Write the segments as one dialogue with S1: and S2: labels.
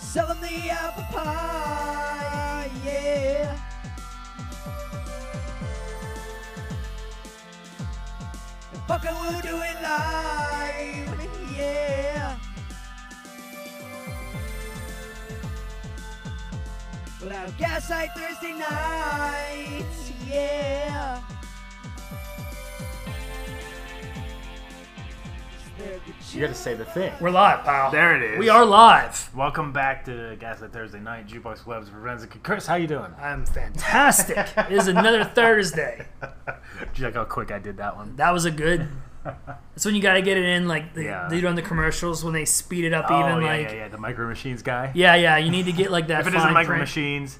S1: Sell them the apple pie, yeah. And fucking we'll do it live, yeah. We'll have gaslight Thursday nights, yeah.
S2: You gotta say the thing.
S3: We're live, pal.
S2: There it is.
S3: We are live.
S2: Welcome back to Gaslight Thursday Night Jukebox Webs Forensic. Chris, how you doing?
S3: I'm fantastic. it is another Thursday.
S2: Did you like how quick I did that one?
S3: That was a good. That's when you gotta get it in, like the,
S2: Yeah.
S3: they do on the commercials when they speed it up.
S2: oh
S3: even
S2: yeah,
S3: like
S2: yeah, yeah. The Micro Machines guy.
S3: yeah. yeah, You need to get like that.
S2: If it
S3: fine
S2: isn't Micro
S3: print.
S2: Machines,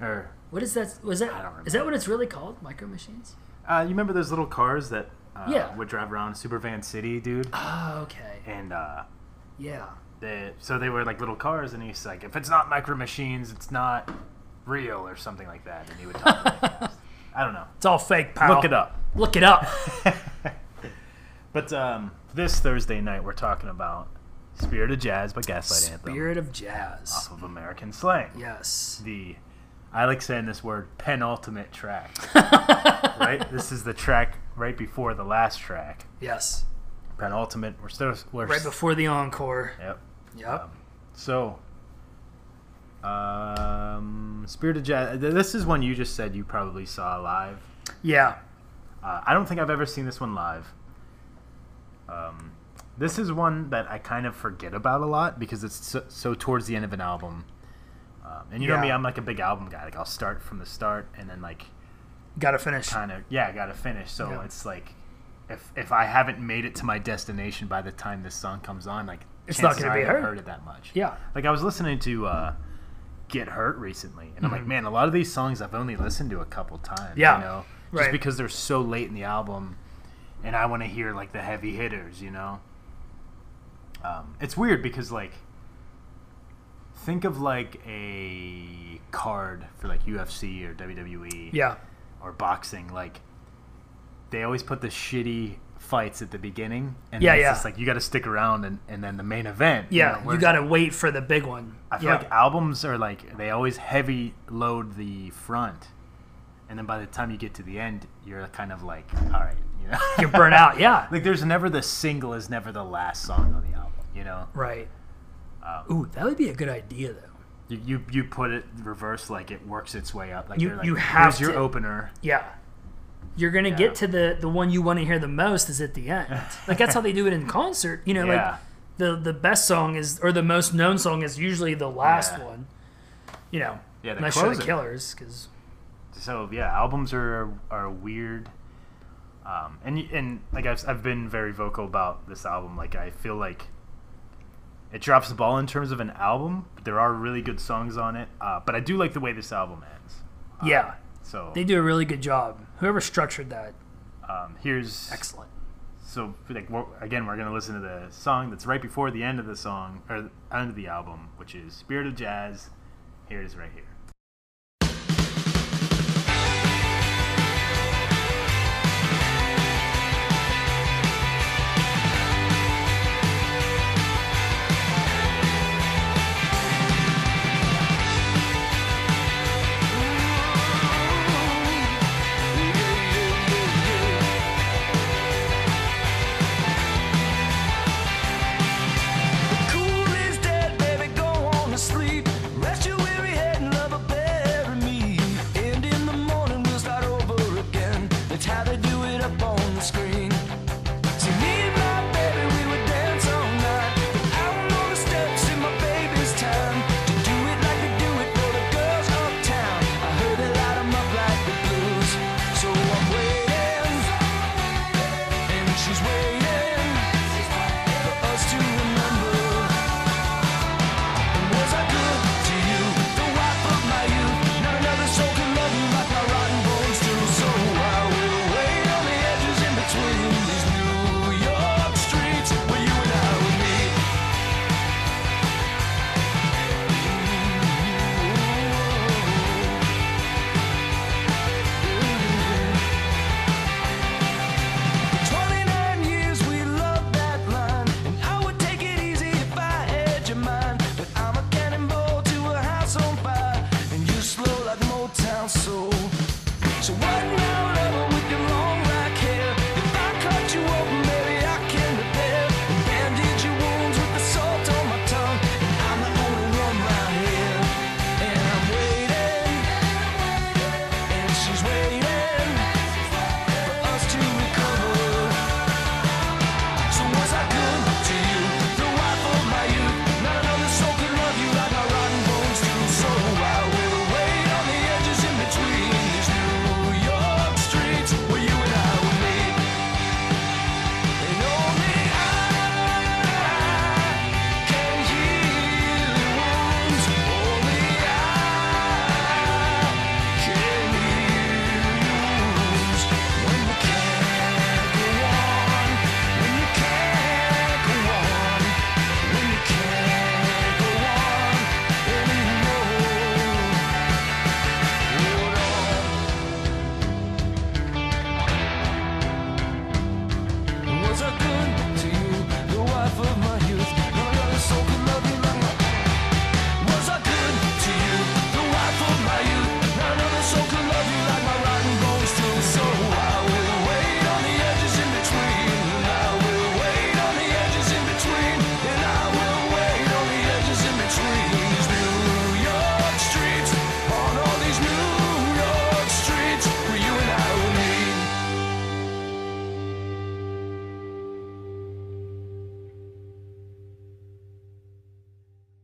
S2: or
S3: what is that? Was that?
S2: I don't
S3: is that what it's really called? Micro machines.
S2: uh, you remember those little cars that uh,
S3: Yeah.
S2: would drive around Supervan City, dude?
S3: Oh, okay.
S2: And uh,
S3: Yeah.
S2: they, so they were like little cars, and he's like, if it's not Micro Machines, it's not real, or something like that. And he would talk really fast. I don't know.
S3: It's all fake, pal.
S2: Look it up.
S3: Look it up.
S2: But um, this Thursday night, we're talking about Spirit of Jazz by Gaslight Anthem
S3: Spirit of jazz.
S2: off of American Slang.
S3: Yes.
S2: The, I like saying this word, penultimate track. right? This is the track right before the last track.
S3: Yes.
S2: Penultimate. We're still. We're
S3: Right before the encore.
S2: Yep.
S3: Yep.
S2: So, um, Spirit of Jazz. th- This is one you just said you probably saw live.
S3: Yeah.
S2: Uh, I don't think I've ever seen this one live. Um, this is one that I kind of forget about a lot because it's so, so towards the end of an album. Um, and you know me,
S3: Yeah.
S2: I'm like a big album guy. Like I'll start from the start and then like
S3: Gotta finish.
S2: kind of yeah, I gotta finish. So
S3: Yeah.
S2: it's like if if I haven't made it to my destination by the time this song comes on, like
S3: It's not
S2: chances
S3: gonna
S2: are I
S3: be
S2: haven't
S3: heard.
S2: heard it that much.
S3: Yeah.
S2: Like I was listening to uh, Get Hurt recently, and I'm like, man, a lot of these songs I've only listened to a couple times.
S3: Mm-hmm. Yeah.
S2: You know, just
S3: Right.
S2: because they're so late in the album, and I want to hear like the heavy hitters. You know. Um, it's weird because like. Think of like a card for like UFC or WWE
S3: Yeah.
S2: or boxing, like they always put the shitty fights at the beginning, and
S3: Yeah,
S2: then it's
S3: yeah.
S2: just like you got to stick around, and, and then the main event.
S3: Yeah,
S2: know,
S3: you
S2: whereas
S3: got to wait for the big one.
S2: I feel
S3: yeah.
S2: like albums are like they always heavy load the front, and then by the time you get to the end, you're kind of like, all right, you know,
S3: you're burnt out. Yeah,
S2: like there's never the single is never the last song on the album, you know.
S3: right.
S2: Um,
S3: Ooh, that would be a good idea though.
S2: You, you you put it reverse like it works its way up. Like
S3: You-
S2: they're like,
S3: you have
S2: here's your
S3: to-
S2: opener.
S3: Yeah, you're gonna get to the the one you want to hear the most is at the end. Like that's how they do it in concert. You know,
S2: yeah,
S3: like the the best song is or the most known song is usually the last
S2: Yeah.
S3: one. You know,
S2: yeah. The
S3: unless you're the
S2: closer.
S3: Killers, because
S2: so yeah, albums are are weird. Um, and y- and like I've I've been very vocal about this album. Like I feel like it drops the ball in terms of an album. But there are really good songs on it. Uh, but I do like the way this album ends.
S3: yeah,
S2: So
S3: they do a really good job. Whoever structured that,
S2: um, here's
S3: excellent.
S2: so like we're, again we're gonna listen to the song that's right before the end of the song or the end of the album, which is Spirit of Jazz. Here it is right here.
S4: Cool is dead, baby, go home and sleep. Rest your weary head and love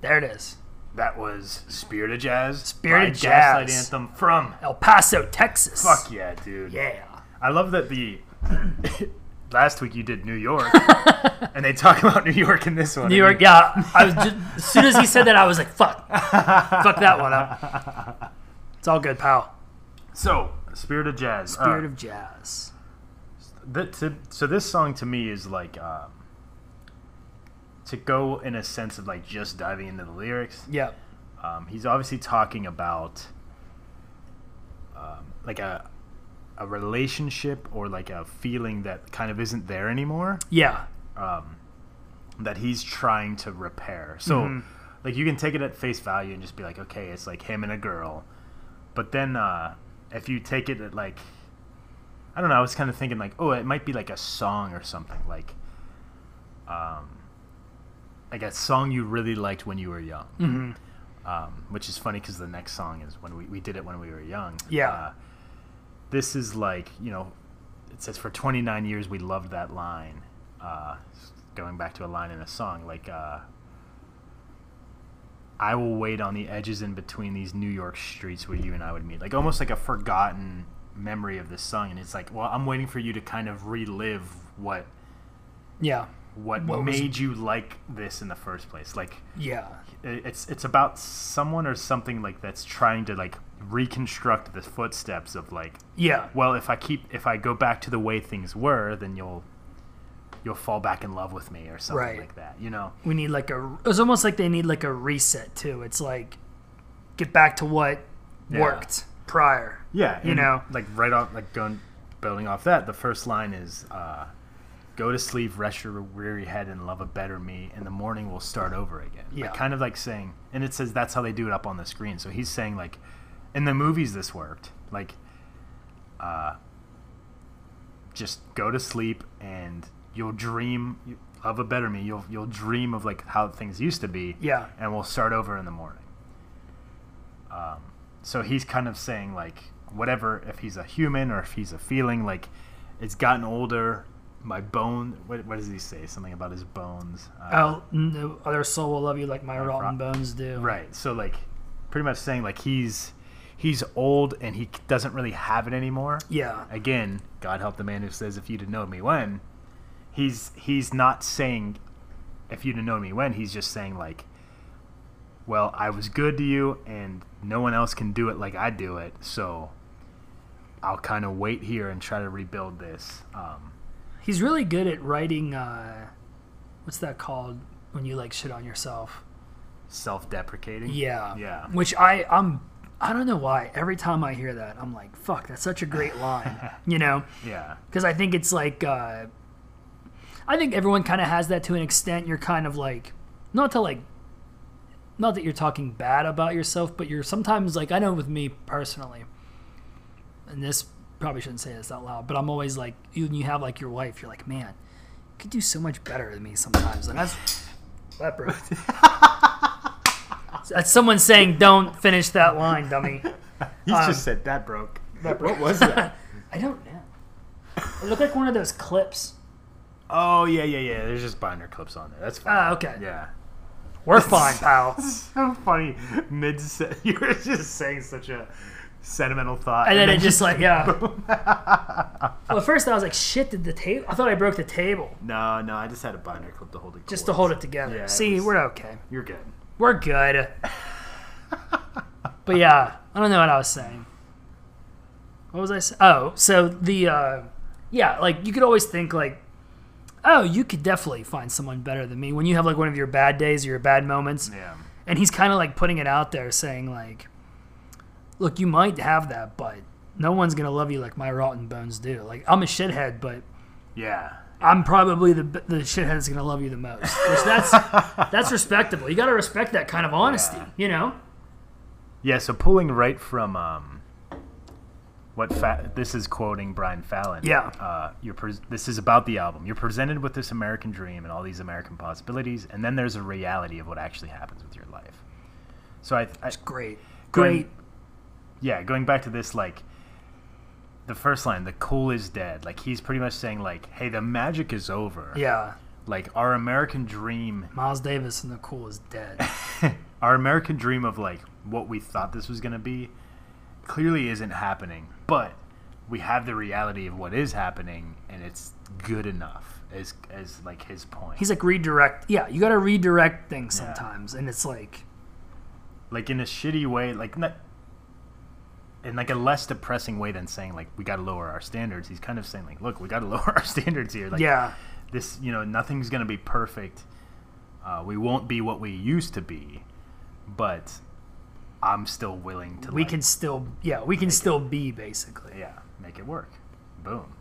S3: There it is.
S2: That was Spirit of Jazz.
S3: Spirit
S2: by
S3: of
S2: Gaslight
S3: Jazz.
S2: Anthem from.
S3: El Paso, Texas.
S2: Fuck yeah, dude.
S3: yeah.
S2: I love that the. last week you did New York, and they talk about New York in this one.
S3: New York, yeah. I was just, as soon as he said that, I was like, "Fuck, fuck that one up." It's all good, pal.
S2: So, Spirit of Jazz. uh,
S3: Spirit of jazz.
S2: Th to, so this song to me is like um, to go in a sense of like just diving into the lyrics.
S3: Yep.
S2: Um, he's obviously talking about um, like a a relationship or like a feeling that kind of isn't there anymore
S3: Yeah.
S2: that he's trying to repair. So
S3: Mm-hmm.
S2: like you can take it at face value and just be like, okay, it's like him and a girl. But then uh, if you take it at like I don't know, I was kind of thinking like, oh, it might be like a song or something like um like a song you really liked when you were young. Um, which is funny because the next song is when we, we did it when we were young.
S3: Yeah.
S2: Uh, this is like, you know, it says for 29 years we loved that line uh, going back to a line in a song like uh, i will wait on the edges in between these new york streets where you and i would meet like almost like a forgotten memory of this song and it's like well i'm waiting for you to kind of relive what
S3: Yeah.
S2: what,
S3: What was-
S2: made you like this in the first place like
S3: Yeah.
S2: it- it's it's about someone or something like that's trying to like reconstruct the footsteps of like
S3: Yeah.
S2: well if i keep if i go back to the way things were then you'll you'll fall back in love with me or something
S3: Right.
S2: like that you know
S3: We need like a. It's almost like they need like a reset too. It's like get back to what
S2: Yeah.
S3: worked prior.
S2: yeah
S3: You
S2: and,
S3: know.
S2: like right off like going building off that the first line is uh go to sleep rest your weary head and love a better me and the morning will start over again Like,
S3: Yeah.
S2: kind of like saying and it says that's how they do it up on the screen so he's saying like in the movies this worked like uh just go to sleep and you'll dream you- of a better me you'll you'll dream of like how things used to be
S3: Yeah.
S2: and we'll start over in the morning. Um, so he's kind of saying like whatever, if he's a human or if he's a feeling, like it's gotten older. My bone. What, what does he say? Something about his bones. Uh,
S3: Oh, no other soul will love you like my
S2: Like
S3: rotten
S2: rock-
S3: bones do.
S2: right. So like, pretty much saying like he's he's old and he doesn't really have it anymore.
S3: Yeah.
S2: Again, God help the man who says, "If you'd have known me when." He's he's not saying, "If you'd have known me when." He's just saying like, "Well, I was good to you, and no one else can do it like I do it, so I'll kind of wait here and try to rebuild this." Um,
S3: He's really good at writing. uh What's that called when you like shit on yourself?
S2: self-deprecating.
S3: Yeah.
S2: Yeah.
S3: Which I I'm I don't know why every time I hear that I'm like fuck that's such a great line you know
S2: Yeah.
S3: because I think it's like uh, I think everyone kind of has that to an extent. You're kind of like not to like not that you're talking bad about yourself, but you're sometimes like I know with me personally, and this probably shouldn't say this out loud, but I'm always like you when you have like your wife, you're like man, you could do so much better than me sometimes, and that's that broke. That's someone saying, "Don't finish that line, dummy."
S2: He
S3: Um,
S2: just said that broke. What was that?
S3: I don't know. It looked like one of those clips.
S2: oh yeah, yeah, yeah. There's just binder clips on there. That's fine.
S3: Ah, okay.
S2: yeah.
S3: We're fine, pal.
S2: so funny. Mid, you were just saying such a sentimental thought,
S3: And then it just like, yeah.
S2: yeah.
S3: Well, at first I was like, shit, did the table? I thought I broke the table
S2: no, no, I just had a binder clip to hold it.
S3: just to hold it together.
S2: Yeah, it
S3: See,
S2: was-
S3: we're okay.
S2: You're good.
S3: We're good. but yeah, I don't know what I was saying. What was I saying? Oh, so the, uh, yeah, like you could always think like, oh, you could definitely find someone better than me when you have like one of your bad days or your bad moments.
S2: Yeah.
S3: and he's kind of like putting it out there saying like look you might have that but no one's gonna love you like my rotten bones do like i'm a shithead but
S2: Yeah.
S3: i'm probably the the shithead that's gonna love you the most which that's that's respectable you gotta respect that kind of honesty
S2: Yeah.
S3: you know
S2: Yeah. So pulling right from um, what fa- this is quoting Brian Fallon.
S3: Yeah.
S2: Uh, you're pres this is about the album. You're presented with this American dream and all these American possibilities, and then there's a reality of what actually happens with your life. So I, I
S3: great
S2: Going-
S3: great
S2: yeah, going back to this, like the first line, the cool is dead. Like he's pretty much saying, like, hey, the magic is over.
S3: yeah
S2: like our American dream
S3: Miles Davis and the Cool is dead.
S2: our American dream of like what we thought this was going to be clearly isn't happening, but we have the reality of what is happening and it's good enough as as like his point.
S3: He's like redirect. Yeah, you got to redirect things sometimes, and it's like
S2: like in a shitty way, like not, in like a less depressing way than saying like we got to lower our standards. He's kind of saying like, look, we got to lower our standards here. Like
S3: yeah,
S2: this, you know, nothing's gonna be perfect. Uh, we won't be what we used to be, but I'm still willing to.
S3: we
S2: like,
S3: can still yeah we can still be basically.
S2: yeah, make it work. Boom.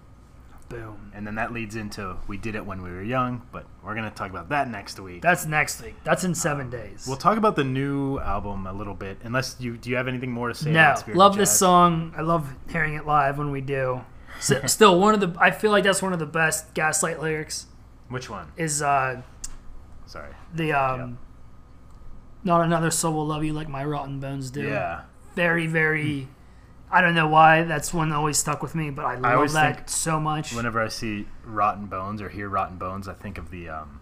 S3: Boom.
S2: And then that leads into we did it when we were young, but we're gonna talk about that next week.
S3: That's next week. That's in seven days.
S2: Uh, We'll talk about the new album a little bit, unless you do you have anything more to say?
S3: No,
S2: about Spirit of
S3: love this
S2: Jazz?
S3: song. I love hearing it live when we do. So, still one of the. I feel like that's one of the best Gaslight lyrics.
S2: Which one?
S3: Is uh
S2: Sorry.
S3: the um, not another soul will love you like my rotten bones do.
S2: Yeah.
S3: Very very. I don't know why that's one that always stuck with me, but I love
S2: always
S3: that
S2: think
S3: so much.
S2: Whenever I see Rotten Bones or hear Rotten Bones, I think of the um,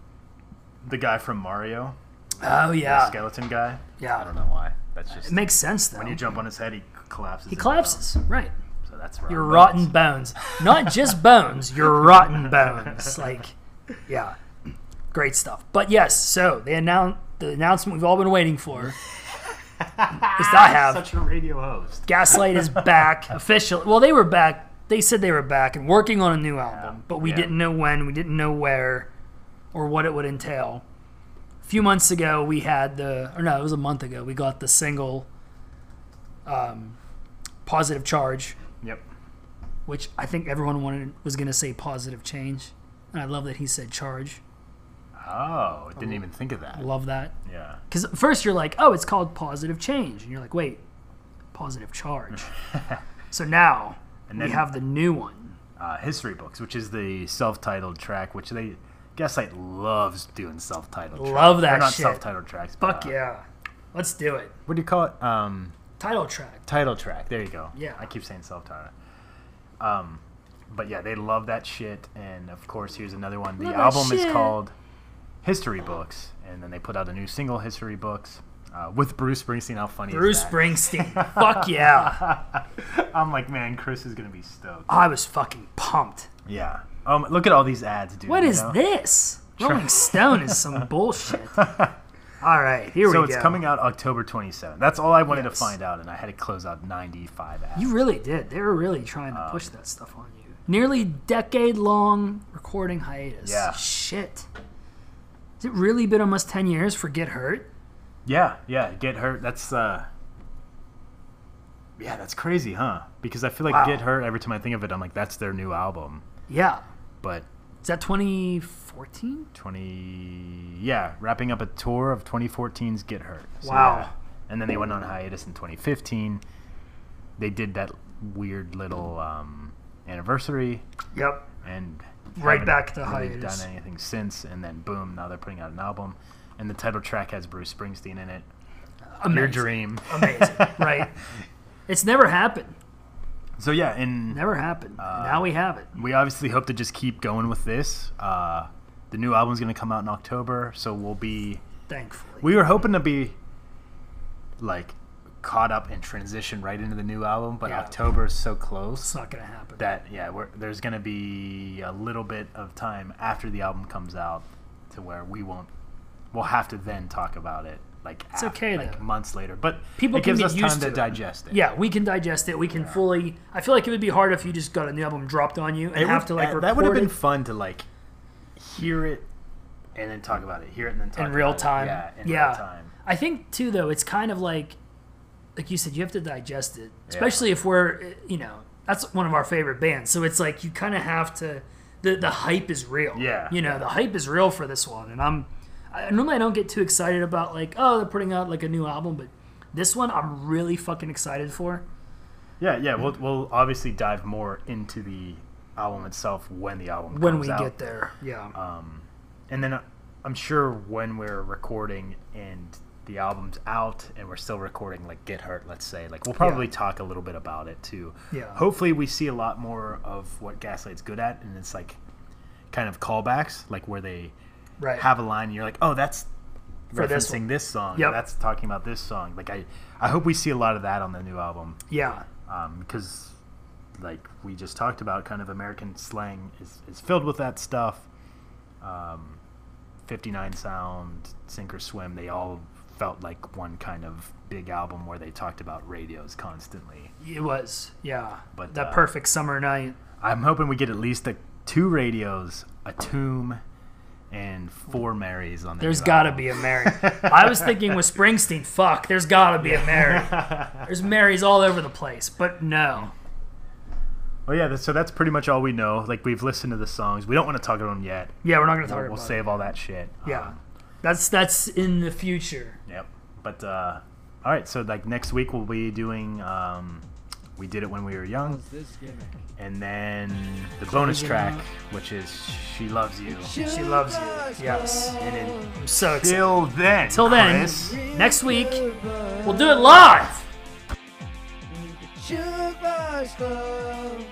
S2: the guy from Mario,
S3: oh
S2: the
S3: yeah,
S2: skeleton guy. I
S3: yeah.
S2: don't know why. That's just
S3: It makes sense though.
S2: when you jump on his head, he collapses.
S3: he
S2: into
S3: collapses, right?
S2: bones, so that's rotten
S3: Your
S2: bones.
S3: rotten bones, not just bones. Your rotten bones, like, yeah, great stuff. But yes, so they announce the announcement we've all been waiting for. At least I have.
S2: Such a radio host.
S3: Gaslight is back officially. Well, they were back. They said they were back and working on a new album, but we
S2: Yeah.
S3: didn't know when, we didn't know where, or what it would entail. A few months ago, we had the, or no, it was a month ago, we got the single, um, "Positive Charge,"
S2: Yep.
S3: which I think everyone wanted was going to say "Positive Change," and I love that he said "Charge."
S2: Oh, didn't even think of that.
S3: I love that
S2: Yeah.
S3: because first you're like, oh, it's called "Positive Change," and you're like, wait, "Positive Charge." so now
S2: And
S3: we
S2: then
S3: have the new one.
S2: uh, History Books, which is the self-titled track, which they Gaslight loves doing self-titled. Tracks.
S3: Love that
S2: Or not
S3: shit.
S2: self-titled tracks.
S3: Fuck
S2: but, uh,
S3: yeah. Let's do it.
S2: What do you call it? Um,
S3: Title track.
S2: title track. There you go.
S3: Yeah.
S2: I keep saying self titled. Um, but yeah, they love that shit. And of course, here's another one. The
S3: Love that
S2: album is
S3: shit.
S2: called History Books, and then they put out a new single, History Books, uh, with Bruce Springsteen. How funny!
S3: Bruce
S2: is that?
S3: Springsteen. Fuck yeah.
S2: I'm like, man, Chris is gonna be stoked.
S3: I was fucking pumped.
S2: Yeah. Um, look at all these ads, dude.
S3: What
S2: you
S3: is
S2: know?
S3: this? Rolling Stone is some bullshit. All right, here
S2: So
S3: we go.
S2: it's coming out October 27th. That's all I wanted
S3: Yes.
S2: to find out, and I had to close out 95 ads.
S3: You really did. They were really trying to
S2: Um,
S3: push that stuff on you. Nearly decade long recording hiatus.
S2: Yeah.
S3: Shit. Has it really been almost 10 years for Get Hurt?
S2: Yeah, yeah, Get Hurt. That's uh Yeah, that's crazy, huh? Because I feel like
S3: Wow.
S2: Get Hurt every time I think of it, I'm like that's their new album.
S3: Yeah.
S2: But
S3: Is that 2014?
S2: 20 Yeah, wrapping up a tour of 2014's Get Hurt. So,
S3: Wow.
S2: yeah. And then they went on hiatus in 2015. They did that weird little um anniversary
S3: Yep.
S2: and
S3: Right
S2: haven't
S3: back to
S2: really
S3: hiatus.
S2: Done anything since and then boom, now they're putting out an album and the title track has Bruce Springsteen in it. Your
S3: Amazing.
S2: dream.
S3: Amazing, right? It's never happened.
S2: So yeah, in
S3: Never happened.
S2: Uh,
S3: now we have it.
S2: we obviously hope to just keep going with this. Uh, the new album's going to come out in October, so we'll be.
S3: Thankfully.
S2: We were hoping to be like caught up and transition right into the new album, but
S3: Yeah.
S2: October is so close
S3: it's not gonna happen.
S2: that yeah, we're, there's going to be a little bit of time after the album comes out to where we won't. We'll have to then talk about it like it's
S3: okay,
S2: like
S3: though.
S2: months later, but
S3: People
S2: it
S3: can
S2: gives
S3: get
S2: us
S3: used
S2: time to,
S3: to it.
S2: digest it.
S3: yeah, we can digest it. We can fully. I feel like it would be hard if you just got a new album dropped on you and
S2: It
S3: have
S2: would-
S3: to like
S2: that-
S3: record
S2: that would have been
S3: it.
S2: fun to like hear it and then talk about it. Hear it and then talk
S3: In real
S2: about it.
S3: time.
S2: Yeah, in
S3: Yeah.
S2: real time.
S3: I think too, though, it's kind of like, like you said, you have to digest it, especially if we're, eh, you know, that's one of our favorite bands. So it's like you kind of have to. The the hype is real.
S2: Yeah.
S3: You know, the hype is real for this one, and I'm. I, normally, I don't get too excited about like, oh, they're putting out like a new album, but this one I'm really fucking excited for.
S2: Yeah, yeah. We'll we'll obviously dive more into the album itself when the album
S3: when
S2: comes
S3: we
S2: out.
S3: get there. Yeah.
S2: and then uh, I'm sure when we're recording and the album's out and we're still recording like Get Hurt, let's say, like we'll probably talk a little bit about it too.
S3: Yeah.
S2: Hopefully we see a lot more of what Gaslight's good at and it's like kind of callbacks, like where they
S3: Right.
S2: have a line and you're like, oh, that's
S3: For
S2: referencing
S3: this
S2: this,
S3: one.
S2: song.
S3: Yep.
S2: That's talking about this song. Like I, I hope we see a lot of that on the new album
S3: yeah.
S2: because, Um, like we just talked about, kind of American slang is, is filled with that stuff. Um, 59 sound, sink or swim, they all felt like one kind of big album where they talked about radios constantly.
S3: It was. Yeah.
S2: But,
S3: that
S2: uh,
S3: perfect summer night.
S2: I'm hoping we get at least a, two radios, a tomb, and four Marys on the
S3: There's
S2: new
S3: got to
S2: album.
S3: be a Mary. I was thinking with Springsteen, fuck, there's got to be a Mary. There's Marys all over the place, but no.
S2: Well, yeah, that's, so that's pretty much all we know. Like, we've listened to the songs. We don't want to talk about them yet.
S3: Yeah, we're not gonna talk
S2: We'll
S3: about
S2: save all that shit.
S3: it. Yeah,
S2: Um,
S3: that's that's in the future.
S2: yep. But, uh, all right, so, like, next week we'll be doing um, We Did It When We Were Young,
S1: this gimmick?
S2: and then the bonus track, which is She Loves You.
S3: She loves you. Yes,
S2: And then,
S3: I'm so excited.
S2: till then,
S3: Till then,
S2: Chris,
S3: next week we'll do it live.
S1: Chivas Club.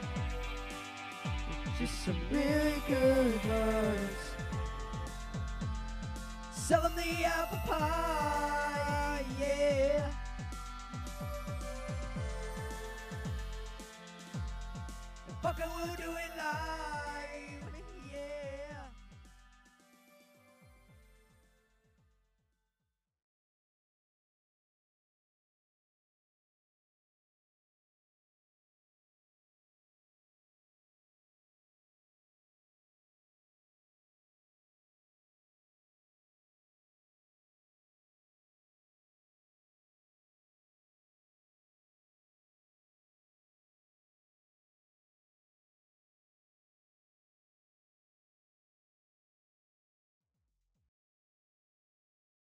S1: Just some really good words. Sell 'em the apple pie, yeah. And fucking we'll do it